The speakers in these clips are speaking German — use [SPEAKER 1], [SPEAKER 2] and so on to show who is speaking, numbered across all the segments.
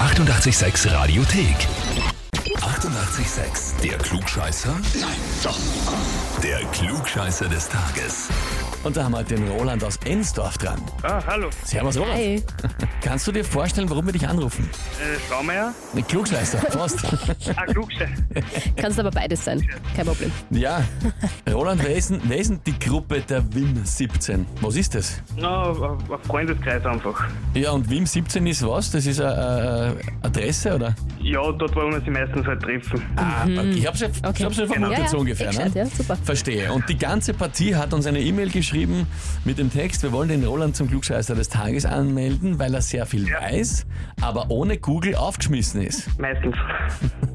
[SPEAKER 1] 886 Radiothek. 88,6. Der Klugscheißer? Nein, doch. Der Klugscheißer des Tages.
[SPEAKER 2] Und da haben wir halt den Roland aus Ensdorf dran.
[SPEAKER 3] Ah, hallo,
[SPEAKER 2] Servus Roland.
[SPEAKER 4] Hi.
[SPEAKER 2] Kannst du dir vorstellen, warum wir dich anrufen?
[SPEAKER 3] äh, Schlaumeier.
[SPEAKER 2] Ein Klugscheißer, fast.
[SPEAKER 3] Ah, Klugste.
[SPEAKER 4] Kannst aber beides sein. Kein Problem.
[SPEAKER 2] ja. Roland, wer ist, denn, wer ist denn die Gruppe der WIM 17? Was ist das?
[SPEAKER 3] Na, ein ein Freundeskreis einfach.
[SPEAKER 2] Ja, und WIM 17 ist was? Das ist eine, eine Adresse, oder?
[SPEAKER 3] Ja, dort wollen wir sie meistens halt treffen.
[SPEAKER 2] Ah,
[SPEAKER 4] Hm.
[SPEAKER 2] ich hab's ja, ich hab's ja vermutet
[SPEAKER 4] Ja, ja,
[SPEAKER 2] so ungefähr.
[SPEAKER 4] eh
[SPEAKER 2] Ne?
[SPEAKER 4] gescheit, ja, super.
[SPEAKER 2] Verstehe. Und die ganze Partie hat uns eine E-Mail geschrieben mit dem Text, wir wollen den Roland zum Klugscheißer des Tages anmelden, weil er sehr viel weiß, aber ohne Google aufgeschmissen ist.
[SPEAKER 3] Meistens.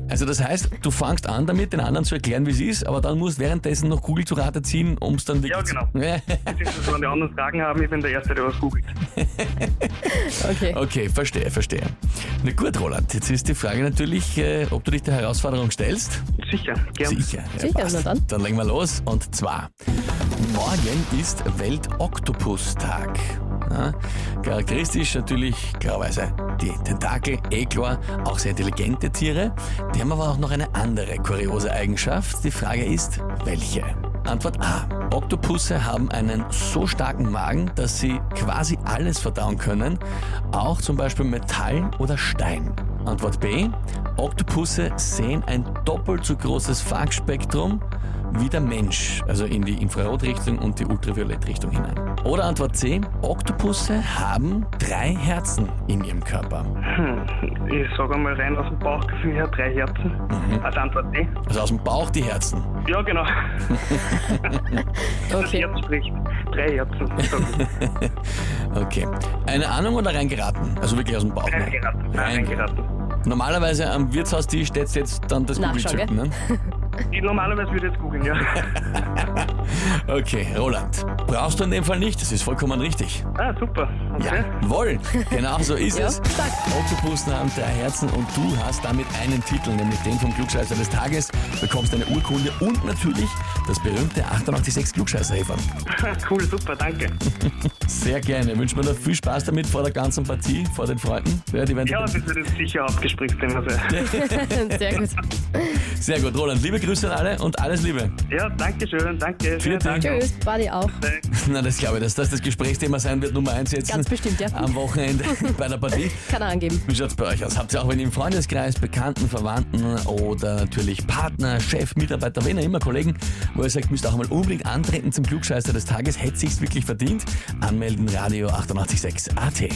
[SPEAKER 2] Also das heißt, du fangst an damit, den anderen zu erklären, wie es ist, aber dann musst währenddessen noch Google zu Rate ziehen, um es dann wirklich...
[SPEAKER 3] Ja,
[SPEAKER 2] genau.
[SPEAKER 3] Beziehungsweise, wenn die anderen Fragen haben, ich bin der Erste, der was googelt.
[SPEAKER 4] Okay.
[SPEAKER 2] okay, verstehe, verstehe. Na gut, Roland, jetzt ist die Frage natürlich, äh, ob du dich der Herausforderung stellst.
[SPEAKER 3] Sicher, gern.
[SPEAKER 2] Sicher.
[SPEAKER 4] Sicher,
[SPEAKER 2] passt.
[SPEAKER 4] na dann.
[SPEAKER 2] Dann legen wir los. Und zwar, morgen ist Weltoktopustag. Ja, charakteristisch natürlich, klarerweise, die Tentakel, eh klar, auch sehr intelligente Tiere. Die haben aber auch noch eine andere kuriose Eigenschaft. Die Frage ist, welche? Antwort A. Oktopusse haben einen so starken Magen, dass sie quasi alles verdauen können, auch zum Beispiel Metall oder Stein. Antwort B. Oktopusse sehen ein doppelt so großes Farbspektrum wie der Mensch, also in die Infrarotrichtung und die Ultraviolettrichtung hinein. Oder Antwort C. Oktopusse haben drei Herzen in ihrem Körper.
[SPEAKER 3] Ich sage einmal rein aus dem Bauchgefühl her, drei Herzen.
[SPEAKER 2] Mhm.
[SPEAKER 3] Als Antwort D.
[SPEAKER 2] Also aus dem Bauch die Herzen.
[SPEAKER 3] Ja, genau. Das
[SPEAKER 4] Okay.
[SPEAKER 3] Herz spricht. Drei Herzen. sag ich.
[SPEAKER 2] Okay. Eine Ahnung oder reingeraten? Also wirklich aus dem Bauch. ne?
[SPEAKER 3] Reingeraten. Reingeraten.
[SPEAKER 2] Normalerweise am Wirtshaustisch steht jetzt dann das
[SPEAKER 4] Nachschau,
[SPEAKER 2] Google-Zücken. Ne?
[SPEAKER 3] Ich normalerweise würde ich jetzt googeln, ja.
[SPEAKER 2] Okay, Roland. Brauchst du in dem Fall nicht, das ist vollkommen richtig.
[SPEAKER 3] Ah, super. Okay.
[SPEAKER 2] Jawohl, genau so ist
[SPEAKER 4] Ja,
[SPEAKER 2] es.
[SPEAKER 4] stark.
[SPEAKER 2] Oktopussen haben drei Herzen und du hast damit einen Titel, nämlich den vom Klugscheißer des Tages, bekommst eine Urkunde und natürlich das berühmte 886 klugscheißer -Häferl.
[SPEAKER 3] Cool, super, danke.
[SPEAKER 2] Sehr gerne, wünsche mir noch viel Spaß damit vor der ganzen Partie, vor den Freunden. Ja, die werden
[SPEAKER 3] Ja, das wird jetzt sicher Hauptgesprächsthema sein.
[SPEAKER 4] Sehr gut.
[SPEAKER 2] Sehr gut, Roland, liebe Grüße an alle und alles Liebe.
[SPEAKER 3] Ja, danke schön, danke.
[SPEAKER 2] Vielen Dank.
[SPEAKER 4] Tschüss. Buddy auch.
[SPEAKER 3] Danke.
[SPEAKER 2] Na, das glaube ich, dass das das Gesprächsthema sein wird, Nummer eins jetzt
[SPEAKER 4] Ganz bestimmt, ja.
[SPEAKER 2] am Wochenende bei der Partie.
[SPEAKER 4] Kann er angeben.
[SPEAKER 2] Wie schaut's bei euch aus? Habt ihr auch, wenn ihr im Freundeskreis, Bekannten, Verwandten oder natürlich Partner, Chef, Mitarbeiter, wen auch immer, Kollegen, wo ihr sagt, müsst auch mal unbedingt antreten zum Klugscheißer des Tages, hätte sich's wirklich verdient? Anmelden, Radio 886 AT.